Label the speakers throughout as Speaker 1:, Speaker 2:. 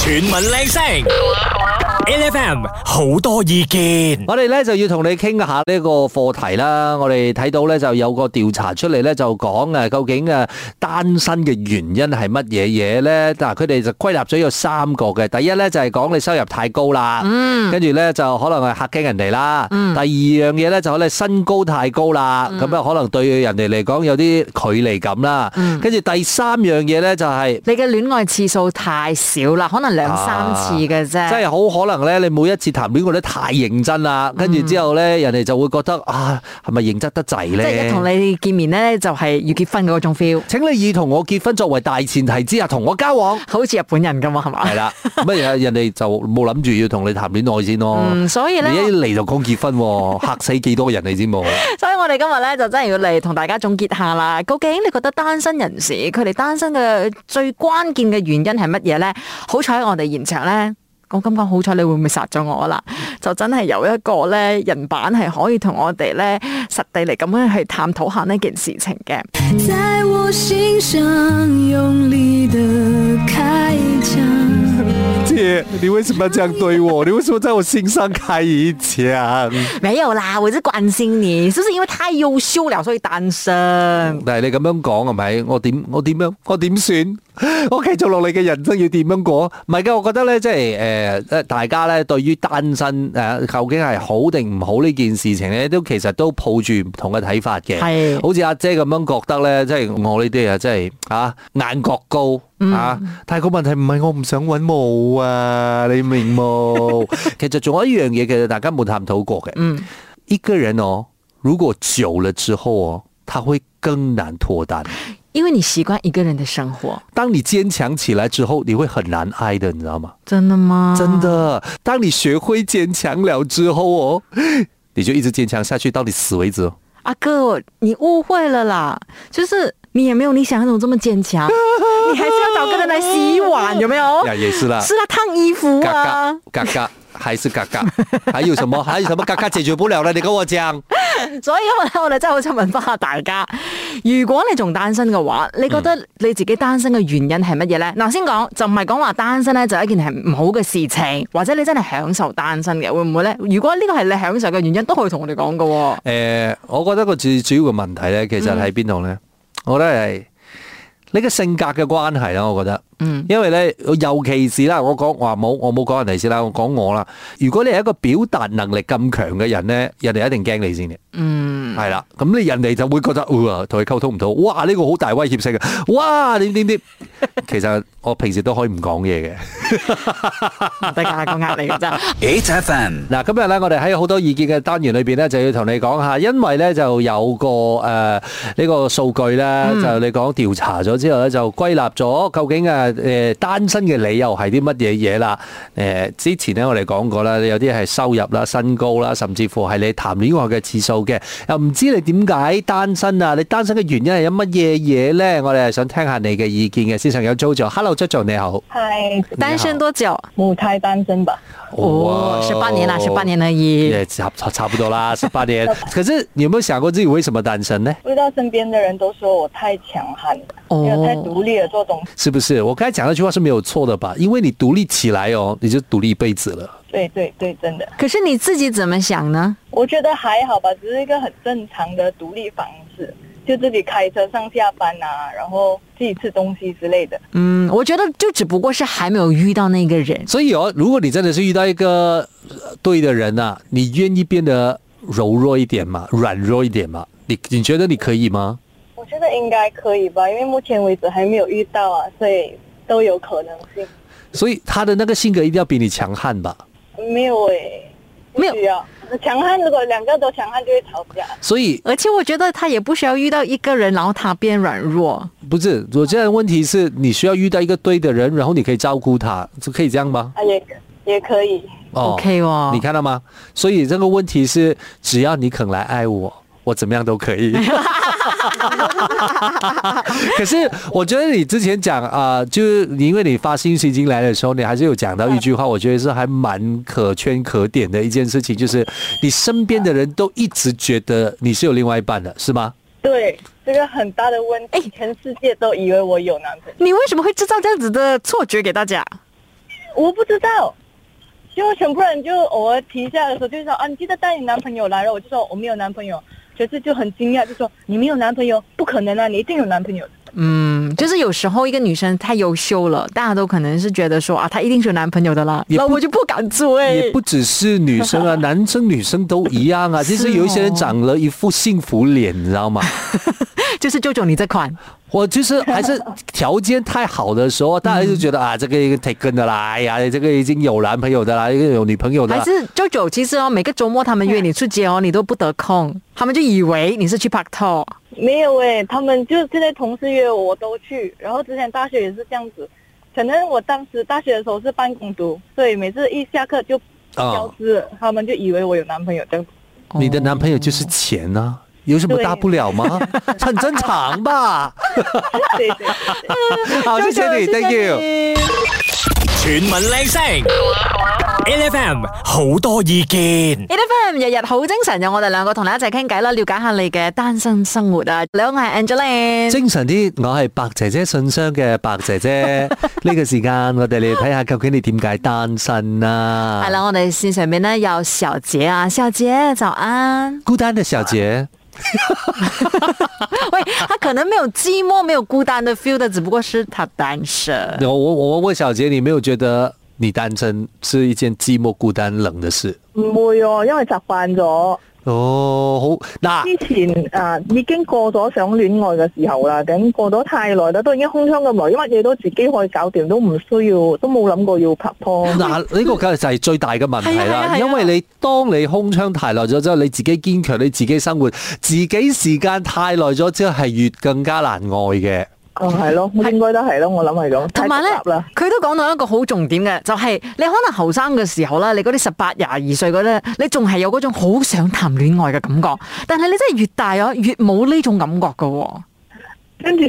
Speaker 1: 全民靚聲，LFM 好多意見。
Speaker 2: 我哋咧就要同你傾下呢個課題啦。我哋睇到咧就有個調查出嚟咧，就講誒究竟誒單身嘅原因係乜嘢嘢咧？嗱，佢哋就歸納咗有三個嘅。第一咧就係講你收入太高啦，跟住咧就可能係嚇驚人哋啦。第二樣嘢咧就可能身高太高啦，咁啊可能對人哋嚟講有啲距離感啦。跟住第三樣嘢咧就係。
Speaker 3: 你嘅戀愛次數太少啦，可能兩三次嘅啫。
Speaker 2: 真係好可能咧，你每一次談戀愛都太認真啦，跟住之後咧，人哋就會覺得啊，係咪認真得滯
Speaker 3: 嗯即係
Speaker 2: 咧
Speaker 3: 一？同你見面咧，就係要結婚嗰種 feel，
Speaker 2: 請你以同我結婚作為大前提之下同我交往，
Speaker 3: 好似日本人咁啊嘛，係 嘛
Speaker 2: 係？啦，乜嘢人哋就冇諗住要同你談戀愛先咯。
Speaker 3: 嗯，所以咧
Speaker 2: 你，一嚟就講結婚喎，嚇死幾多人你知冇？
Speaker 3: 所以我哋今日咧就真係要嚟同大家總結下啦。究竟你覺得單身人士佢哋單身嘅最關鍵嘅原因係乜嘢咧？好彩我哋現場咧。我咁講好彩，你會唔會殺咗我啦？就真係有一個咧人版係可以同我哋咧實地嚟咁樣去探討下呢件事情嘅。
Speaker 4: 在我心上用力的开枪。
Speaker 2: 姐，你為什麼這樣對我？你為什麼在我心上開一槍？
Speaker 3: 沒有啦，我是關心你，是不是因為太優秀了，所以單身？
Speaker 2: 但係你咁樣講係咪？我點我點樣我點算？我繼續落嚟嘅人生要點樣過？唔係嘅，我覺得咧，即係誒誒，大家咧對於單身誒、呃究竟係好定唔好呢件事情咧，都其實都抱住唔同嘅睇法嘅。
Speaker 3: 係
Speaker 2: 好似阿姐咁樣覺得咧，即係我呢啲啊，即係啊眼角高。啊！但係個問題唔係我唔想揾冇啊，你明冇？ 其實仲有一樣嘢，其實大家冇探討過嘅。
Speaker 3: 嗯，
Speaker 2: 一個人哦，如果久了之後哦，他會更難脱單。
Speaker 3: 因為你習慣一個人的生活，
Speaker 2: 当你坚强起来之后，你会很难爱的，你知道吗？
Speaker 3: 真的嗎？
Speaker 2: 真的，当你学会坚强了之后哦，你就一直坚强下去，到你死为止哦。
Speaker 3: 阿哥，你誤會了啦，就是你也沒有你想象中這麼堅 強，你還是要找個人來洗碗，有沒有？
Speaker 2: 呀，也是啦，
Speaker 3: 是啦，燙衣服
Speaker 2: 嘎
Speaker 3: 啊
Speaker 2: 嘎。嘎嘎，还是嘎嘎，还有什么还有什么嘎嘎解决不了的？你跟我讲。
Speaker 3: 所以今日咧， 我哋真係好想問翻下大家，如果你仲單身嘅話，你覺得你自己單身嘅原因係乜嘢呢？嗱、先講就唔係講話單身咧就係一件係唔好嘅事情，或者你真係享受單身嘅，會唔會呢？如果呢個係你享受嘅原因，都可以同我哋講嘅 喎。
Speaker 2: 誒、呃我覺得個最主要嘅問題咧，其實喺邊度咧？我覺得係你嘅性格嘅關係啦，我覺得。嗯。因為咧，尤其是啦，我講我話冇，我冇講人哋先啦，我講我啦。如果你係一個表達能力咁強嘅人咧，人哋一定驚你先嘅。嗯。係啦，咁你人哋就會覺得，哇，同佢溝通唔到，哇，呢、個好大威脅性啊，哇，點點點。其實我平時都可以唔講嘢嘅。
Speaker 3: 大家個壓力㗎咋。
Speaker 1: HFM
Speaker 2: 嗱，今日咧，我哋喺好多意見嘅單元裏邊咧，就要同你講下，因為咧就有個誒呢、個數據咧，就你講調查咗之後咧，就歸納咗究竟誒誒單身嘅理由係啲乜嘢嘢啦？誒、之前咧我哋講過啦，有啲係收入啦、身高啦，甚至乎係你談戀愛嘅次數嘅，又唔知你點解單身啊？你單身嘅原因係有乜嘢嘢咧？我哋係想聽下你嘅意見嘅。先上有 Jojo，Hello Jojo 你好，
Speaker 5: 嗨，
Speaker 3: 單身多久？
Speaker 5: 母胎單身吧？
Speaker 2: 啊
Speaker 3: 哦，十八年啦，十八年而已。
Speaker 2: 也差差差不多啦，十八年。可是你有没有想过自己为什么单身呢？
Speaker 5: 不知道身邊的人都說我太強悍了，
Speaker 3: 哦
Speaker 5: 因為太獨立了，做東西
Speaker 2: 是不是？我刚才讲那句话是没有错的吧？因为你独立起来哦，你就独立一辈子了。
Speaker 5: 对对对，真的，
Speaker 3: 可是你自己怎麼想呢？
Speaker 5: 我觉得还好吧，只是一个很正常的獨立方式，就自己開車上下班啊，然後自己吃東西之類的。
Speaker 3: 嗯，我覺得就只不過是還沒有遇到那個人。
Speaker 2: 所以哦，如果你真的是遇到一个呃对的人呐、你愿意变得柔弱一点嘛，软弱一点嘛？你你觉得你可以吗？
Speaker 5: 我觉得應該可以吧，因為目前為止還沒有遇到啊，所以都有可能性。
Speaker 2: 所以他的那个性格一定要比你强悍吧？
Speaker 5: 没有诶、不
Speaker 3: 沒有
Speaker 5: 需要強悍，如果兩個都強悍就會吵架。
Speaker 2: 所以
Speaker 3: 而且我覺得他也不需要遇到一個人，然後他變軟弱。
Speaker 2: 不是，我现在的问题是你需要遇到一个对的人，然后你可以照顾他，就可以这样吗？
Speaker 5: 啊，也也可以。
Speaker 2: 哦
Speaker 3: OK 哦
Speaker 2: 你看到吗？所以这个问题是，只要你肯来爱我，我怎么样都可以。可是我觉得你之前讲啊、就是你因为你发信息进来的时候，你还是有讲到一句话，我觉得是还蛮可圈可点的一件事情，就是你身边的人都一直觉得你是有另外一半的，是吗？
Speaker 5: 对，这个很大的问题，全世界都以为我有男朋友。
Speaker 3: 你為什麼會製造這樣子的錯覺給大家？
Speaker 5: 我不知道，就全部人就偶尔提一下的时候，就说啊，你记得带你男朋友来了。我就说我没有男朋友，可是就很惊讶，就说你没有男朋友，不可能啊，你一定有男朋友。
Speaker 3: 嗯，就是有时候一个女生太优秀了，大家都可能是觉得说啊，她一定是有男朋友的啦，
Speaker 2: 也不哎
Speaker 3: 那我就不敢
Speaker 2: 也
Speaker 3: 追
Speaker 2: 不。只是女生啊，男生女生都一样啊。其实有一些人长了一副幸福脸，你知道吗？
Speaker 3: 就是舅舅你这款，
Speaker 2: 我就是还是条件太好的时候，大家就 觉得啊，这个已经 taken 的啦，哎呀，这个已经有男朋友的啦，已经有女朋友的
Speaker 3: 还
Speaker 2: 啦。
Speaker 3: 是舅舅其实哦，每个周末他们约你出街哦，你都不得空，他们就以为你是去拍拖。
Speaker 5: 没有诶、他们就是这些同事约我，我都去。然后之前大学也是这样子，可能我当时大学的时候是半工读，所以每次一下课就消失了，他们就以为我有男朋友这样子。
Speaker 2: 你的男朋友就是钱啊，有什么大不了吗？很正常吧。
Speaker 5: 对对对。
Speaker 2: 好，谢谢你，thank you。
Speaker 1: 全民靚聲，L F M 好多意見
Speaker 3: e FM 日日好精神，有我哋兩個同你一齊傾偈啦，了解下你嘅單身生活啊。你好，我係 Angeline。
Speaker 2: 精神啲，我係白姐姐信箱嘅白姐 姐。呢個時間我哋嚟睇下究竟你點解單身啊？
Speaker 3: 係啦，，我哋線上面咧有小姐啊，小姐早安。
Speaker 2: 孤單嘅小姐，
Speaker 3: 喂，她可能沒有寂寞、沒有孤單的 feel 的，只不過是她單身。
Speaker 2: 我我我問小姐，你沒有覺得你單身是一件寂寞、孤單、冷的事？
Speaker 5: 唔會哦，因為習慣咗。
Speaker 2: 哦，好嗱，
Speaker 5: 之前啊已經過咗想戀愛嘅時候啦，咁過咗太耐啦，都已經空窗咁耐，因為嘢都自己可以搞掂，都唔需要，都冇諗過要拍拖。
Speaker 2: 哦嗱呢個梗係就係最大嘅問題
Speaker 3: 係啊係啊係
Speaker 2: 啦，
Speaker 3: 啊
Speaker 2: 因為你當你空窗太耐咗之後，你自己堅強，你自己生活，自己時間太耐咗之後，係越更加難愛嘅。
Speaker 5: 啊，係咯，應該都係咯，我諗係咁。
Speaker 3: 嗯同埋咧
Speaker 5: 太複雜啦，
Speaker 3: 佢都講到一個好重點嘅，就係、你可能後生嘅時候啦，你嗰啲十八、廿二歲嗰咧，你仲係有嗰種好想談戀愛嘅感覺，但係你真係越大啊，越冇呢種感覺嘅喎。
Speaker 5: 跟住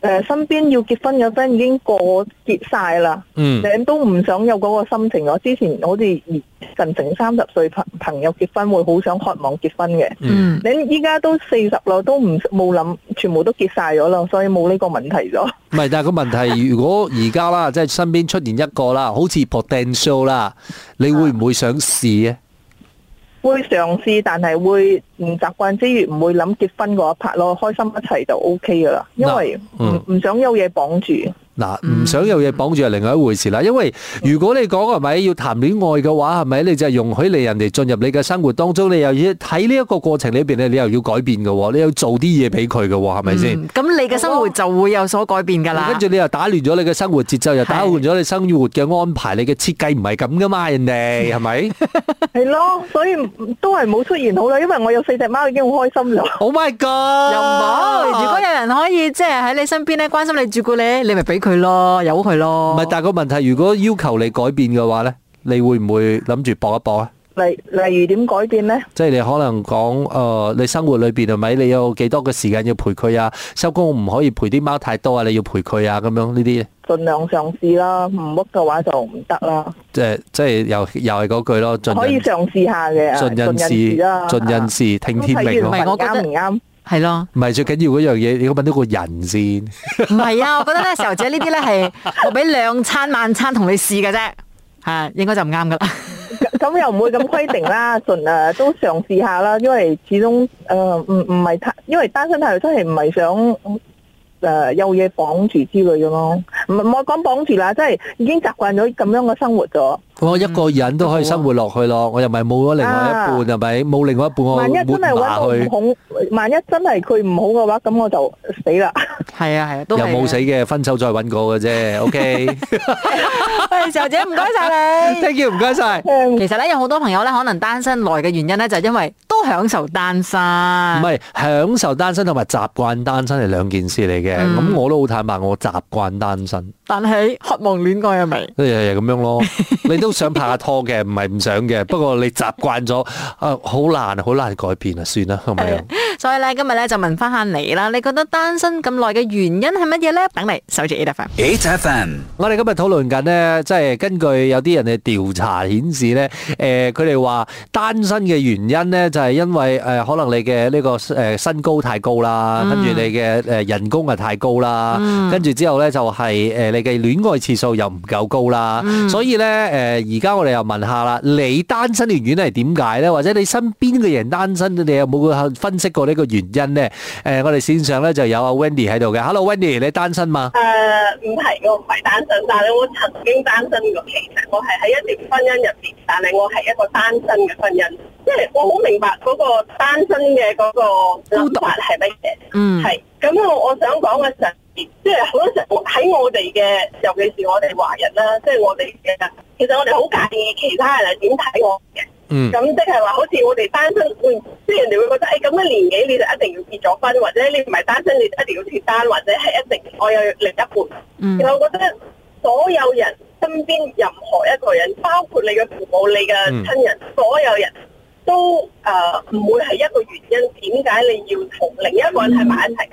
Speaker 5: 誒、身邊要結婚嘅 friend 已經過結晒啦，
Speaker 2: 嗯。
Speaker 5: 你都唔想有嗰個心情咯。之前好似而近成三十歲朋朋友結婚會好想渴望結婚嘅。
Speaker 3: 嗯，
Speaker 5: 你依家都四十啦，都唔冇諗，全部都結晒咗啦，所以冇呢個問題咗。
Speaker 2: 唔係，但係個問題，如果而家啦，即係身邊出現一個啦，好似 potential 啦，你會唔會想試啊？
Speaker 5: 會嘗試，但係會唔習慣之餘，唔會諗結婚嗰一 part 咯，開心一齊就 O K 噶啦，因為唔
Speaker 2: 嗯
Speaker 5: 唔、想有嘢 綁住。
Speaker 2: 嗱，
Speaker 3: 嗯
Speaker 2: 唔想有嘢綁住係另外一回事啦。因為如果你講係咪要談戀愛嘅話，係咪你就係容許你人哋進入你嘅生活當中，你又要喺呢一個過程裏邊咧，你又要改變嘅喎，你要做啲嘢俾佢嘅喎，係咪先？
Speaker 3: 嗯咁、你嘅生活就會有所改變㗎啦。
Speaker 2: 跟住你又打亂咗你嘅生活節奏，又打亂咗你生活嘅安排，你嘅設計唔係咁噶嘛，人哋係咪
Speaker 5: 係咯，所以唔都係冇出現好啦，因為我有四隻貓已經好開 心咗。
Speaker 2: ？Oh my god！
Speaker 3: 又
Speaker 2: 啊
Speaker 3: 冇，如果有人可以即係喺你身邊咧關心你、照顧你，你咪俾佢咯，由佢咯。
Speaker 2: 唔係，但係個問題，如果要求你改變嘅話咧，你會唔會諗住搏一搏啊？
Speaker 5: 例例如點改變呢？
Speaker 2: 即係你可能講誒、呃你生活裏邊係咪你有幾多嘅時間要陪佢啊？收工唔可以陪啲貓太多啊，你要陪佢啊咁樣呢啲，
Speaker 5: 盡量嘗試啦，唔 work 嘅話就唔得啦。
Speaker 2: 即係即係又又係嗰句咯，盡
Speaker 5: 可以
Speaker 2: 人
Speaker 5: 嘗試下嘅，啊
Speaker 2: 盡人事
Speaker 5: 啦，
Speaker 2: 盡人事，聽天命咯
Speaker 3: 唔。係
Speaker 5: 都睇完
Speaker 3: 我覺得
Speaker 5: 啱唔啱？
Speaker 3: 係咯，
Speaker 2: 唔係最緊要嗰樣嘢，你要問到個人先。
Speaker 3: 唔係啊，我覺得咧，小姐呢啲咧係我俾兩餐晚餐同你試嘅啫，係應該就唔啱㗎啦。
Speaker 5: 咁又唔會咁規定啦，盡量都嘗試下啦，因為始終誒唔唔係太，因為單身太耐真係唔係想誒、呃有嘢綁住之類咁咯。唔唔好講綁住啦，即係已經習慣咗咁樣嘅生活咗。
Speaker 2: 我一個人都可以生活落去咯，我又咪冇咗另外一半
Speaker 5: 啊
Speaker 2: 係咪？冇另外一半我
Speaker 5: 萬一真
Speaker 2: 活
Speaker 5: 係揾
Speaker 2: 埋
Speaker 5: 到
Speaker 2: 去
Speaker 5: 唔，好，萬一真係佢唔好嘅話，咁我就死 啦。
Speaker 3: 係啊係啊，都
Speaker 2: 又
Speaker 3: 係
Speaker 2: 冇死
Speaker 3: 嘅。
Speaker 2: 嘅，分手再揾過嘅 啫。OK。
Speaker 3: 喂， 小姐唔該晒你。
Speaker 2: thank you，唔該晒。
Speaker 5: 誒
Speaker 3: 其實咧有好多朋友咧，可能單身耐嘅原因咧，就係因為都享受單身。
Speaker 5: 啊
Speaker 2: 唔係享受單身同埋習慣單身係兩件事嚟嘅。
Speaker 3: 嗯
Speaker 2: 咁、我都好坦白，我習慣單身，
Speaker 3: 但係渴望戀愛係啊咪？
Speaker 2: 日日咁樣 咯。你都想拍下拖嘅，唔係唔想嘅。不過你習慣咗，啊，好難好難改變啊，算啦，係咪啊？
Speaker 3: 所以咧今日咧就問翻下你啦，你覺得單身咁耐嘅原因係乜嘢咧？等你守住 A F M。
Speaker 6: 8FM,
Speaker 2: 我哋今日討論緊呢，即係根據有啲人嘅調查顯示呢，誒佢哋話單身嘅原因呢，就係因為誒、呃可能你嘅呢個誒身高太高啦，跟住你嘅誒人工啊太高啦，跟住之後呢，就係誒你嘅戀愛次數又唔夠高啦，所以呢，誒而家我哋又問下啦，你單身嘅原因係點解呢？或者你身邊嘅人單身，你有冇分析過呢個原因呢？誒、我哋線上呢就有阿 Wendy 喺度嘅，Hello Wendy，你單身嘛？
Speaker 5: 誒呃唔係，我唔係單身，但係我曾經單身過。其實我係喺一段婚姻入邊，但係我係一個單身嘅婚姻，即係我好明白嗰個單身嘅嗰個諗法係乜嘢。
Speaker 3: 嗯
Speaker 5: 係咁，我我想講嘅實即係好多時候喺我哋嘅，尤其是我哋華人啦，即係我哋嘅，其實我哋好介意其他人係點睇我嘅。
Speaker 2: 嗯
Speaker 5: 咁即係話，好似我哋單身會，即係人哋會覺得，誒、哎咁嘅年紀你就一定要結咗婚，或者你唔係單身你就一定要脱單，或者係一定我有另一半。
Speaker 3: 嗯
Speaker 5: 其實我覺得所有人身邊任何一個人，包括你嘅父母、你嘅親人，所有人都誒呃唔、會係一個原因，點解你要同另一個人喺埋一齊？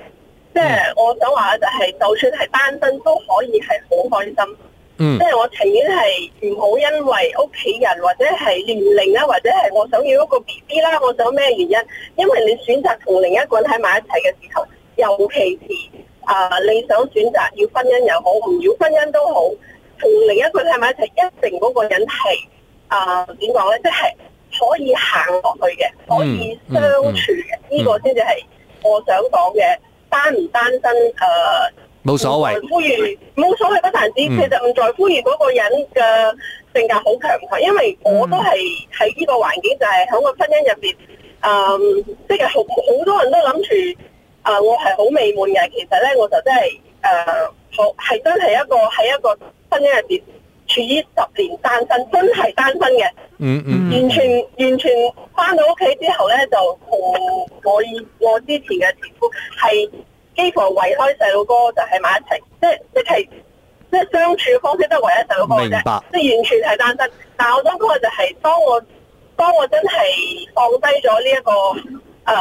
Speaker 5: 即係我想話嘅就係、就算係單身都可以係好開心。
Speaker 2: 嗯
Speaker 5: 即係我情願係唔好因為屋企人或者係年齡啦，或者係我想要一個 B B 啦，我想咩原因？因為你選擇同另一個人喺埋一齊嘅時候，尤其是啊、你想選擇要婚姻又好，唔要婚姻都好，同另一個人喺埋一齊，一定嗰個人係啊點講咧，即係可以行落去嘅，可以
Speaker 2: 嗯嗯
Speaker 5: 相
Speaker 2: 嗯
Speaker 5: 處嘅，呢、個先至係我想講嘅單唔單身誒。呃
Speaker 2: 冇所謂。嗯
Speaker 5: 唔在乎於冇所謂不但止，其實唔在乎於嗰個人嘅性格好強唔強，因為我都係
Speaker 2: 嗯
Speaker 5: 喺呢個環境，就係喺個婚姻入邊，嗯，即係好好多人都諗住，啊、我係好美滿嘅，其實咧我就真係誒，呃好、係真係一個喺一個婚姻入邊處於十年單身，真係單身嘅。
Speaker 2: 嗯嗯
Speaker 5: 完全完全翻到屋企之後咧，就同我以我之前嘅前夫係幾乎圍開細路哥就喺埋一齊，即即係即係相處方式都係圍喺細路哥
Speaker 2: 明
Speaker 5: 嘅
Speaker 2: 白
Speaker 5: 啫，即係完全係單身。但係我想講嘅就係、當我當我真係放低咗呢一個誒。呃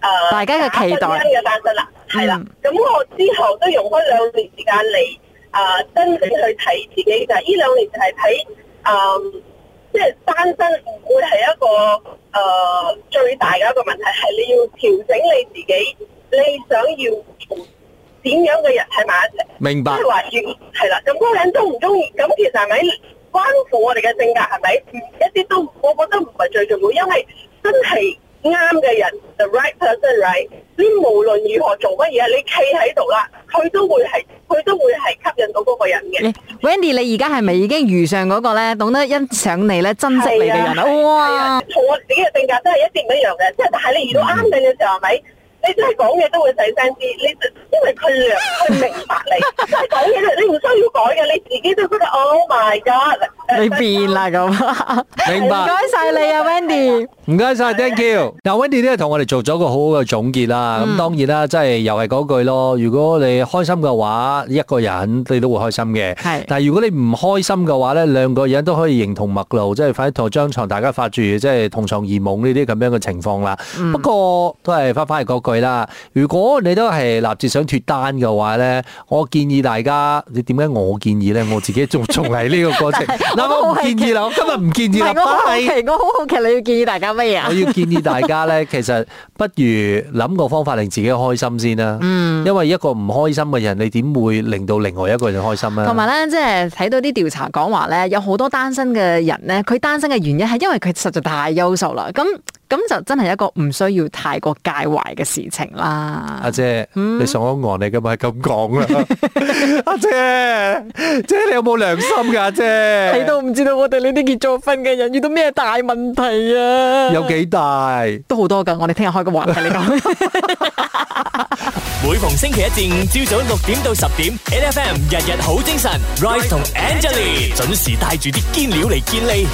Speaker 5: 誒
Speaker 3: 大家嘅期待
Speaker 5: 假婚姻嘅單身啦，係啦
Speaker 3: 嗯，
Speaker 5: 咁我之後都用開兩年時間嚟啊、真正去睇自己，就係呢兩年就係睇啊。即係單身唔會係一個誒、呃最大嘅一個問題，係你要調整你自己，你想要同點樣嘅人喺埋一齊，
Speaker 2: 明
Speaker 5: 即
Speaker 2: 白
Speaker 5: 係。話要係啦。咁嗰個人中唔中意，咁其實係咪關乎我哋嘅性格係咪？唔一啲都我覺得唔係最重要，因為真係啱嘅人，the right person，right。你無論如何做乜嘢，你企喺度啦，佢都會係佢都會係吸引到嗰個人嘅。
Speaker 3: 你 Wendy，你而家係咪已經遇上嗰個咧懂得欣賞你咧、珍惜你嘅人
Speaker 5: 係
Speaker 3: 啊？
Speaker 5: 啊係
Speaker 3: 哇
Speaker 5: 啊！同我自己嘅性格真係一定唔一樣嘅，即係但係你遇到啱你嘅時候，係
Speaker 3: 嗯
Speaker 5: 咪？你真係講嘢都會細聲啲，你因為佢略佢明白 你，真係講嘢你唔需要改嘅，你自己都覺得 Oh my God！
Speaker 3: 你變啦咁，
Speaker 2: 明
Speaker 3: 唔
Speaker 2: 白
Speaker 3: 該晒你啊，Wendy。
Speaker 2: 唔該晒 t h a n k you。嗱，Wendy 咧同我哋做咗個好好嘅總結啦。咁當然啦，即係又係嗰句咯。如果你開心嘅話，一個人你都會開心嘅。
Speaker 3: 係
Speaker 2: 但係如果你唔開心嘅話咧，兩個人都可以形同陌路，即係快啲同張床大家發住即係同床異夢呢啲咁樣嘅情況啦。
Speaker 3: 嗯
Speaker 2: 不過都係翻返嚟嗰句啦。如果你都係立志想脱單嘅話咧，我建議大家，你點解我建議咧？我自己 仲仲係呢個過程。嗱，
Speaker 3: 都
Speaker 2: 我唔
Speaker 3: 好
Speaker 2: 建
Speaker 3: 係
Speaker 2: 議啦，我今日唔建
Speaker 3: 唔
Speaker 2: 議啦，
Speaker 3: 係我好好
Speaker 2: 拜。
Speaker 3: 奇，我好好奇你要建議大家乜嘢啊
Speaker 2: 我？要建議大家咧，其實不如諗個方法令自己開心先啦。嗯，因為一個唔開心嘅人，你點會令到另外一個人開心咧？啊
Speaker 3: 同埋啊咧，即係睇到啲調查講話咧，有好多單身嘅人咧，佢單身嘅原因係因為佢實在太優秀啦。咁咁就真係一個唔需要太過介懷嘅事情啦
Speaker 2: 阿。姐，
Speaker 3: 嗯
Speaker 2: 你上咗岸你噶嘛？咁講 啦，阿姐，姐你有冇良心噶？阿姐，
Speaker 3: 睇到啊唔知道我哋呢啲結咗婚嘅人遇到咩大問題啊？
Speaker 2: 有幾大？
Speaker 3: 都好多噶，我哋聽日開個話題嚟講。
Speaker 1: 每逢星期一至五朝早六點到十點，N F M 日日好精神，Rise 同 Angelie 準時帶住啲堅料嚟健利。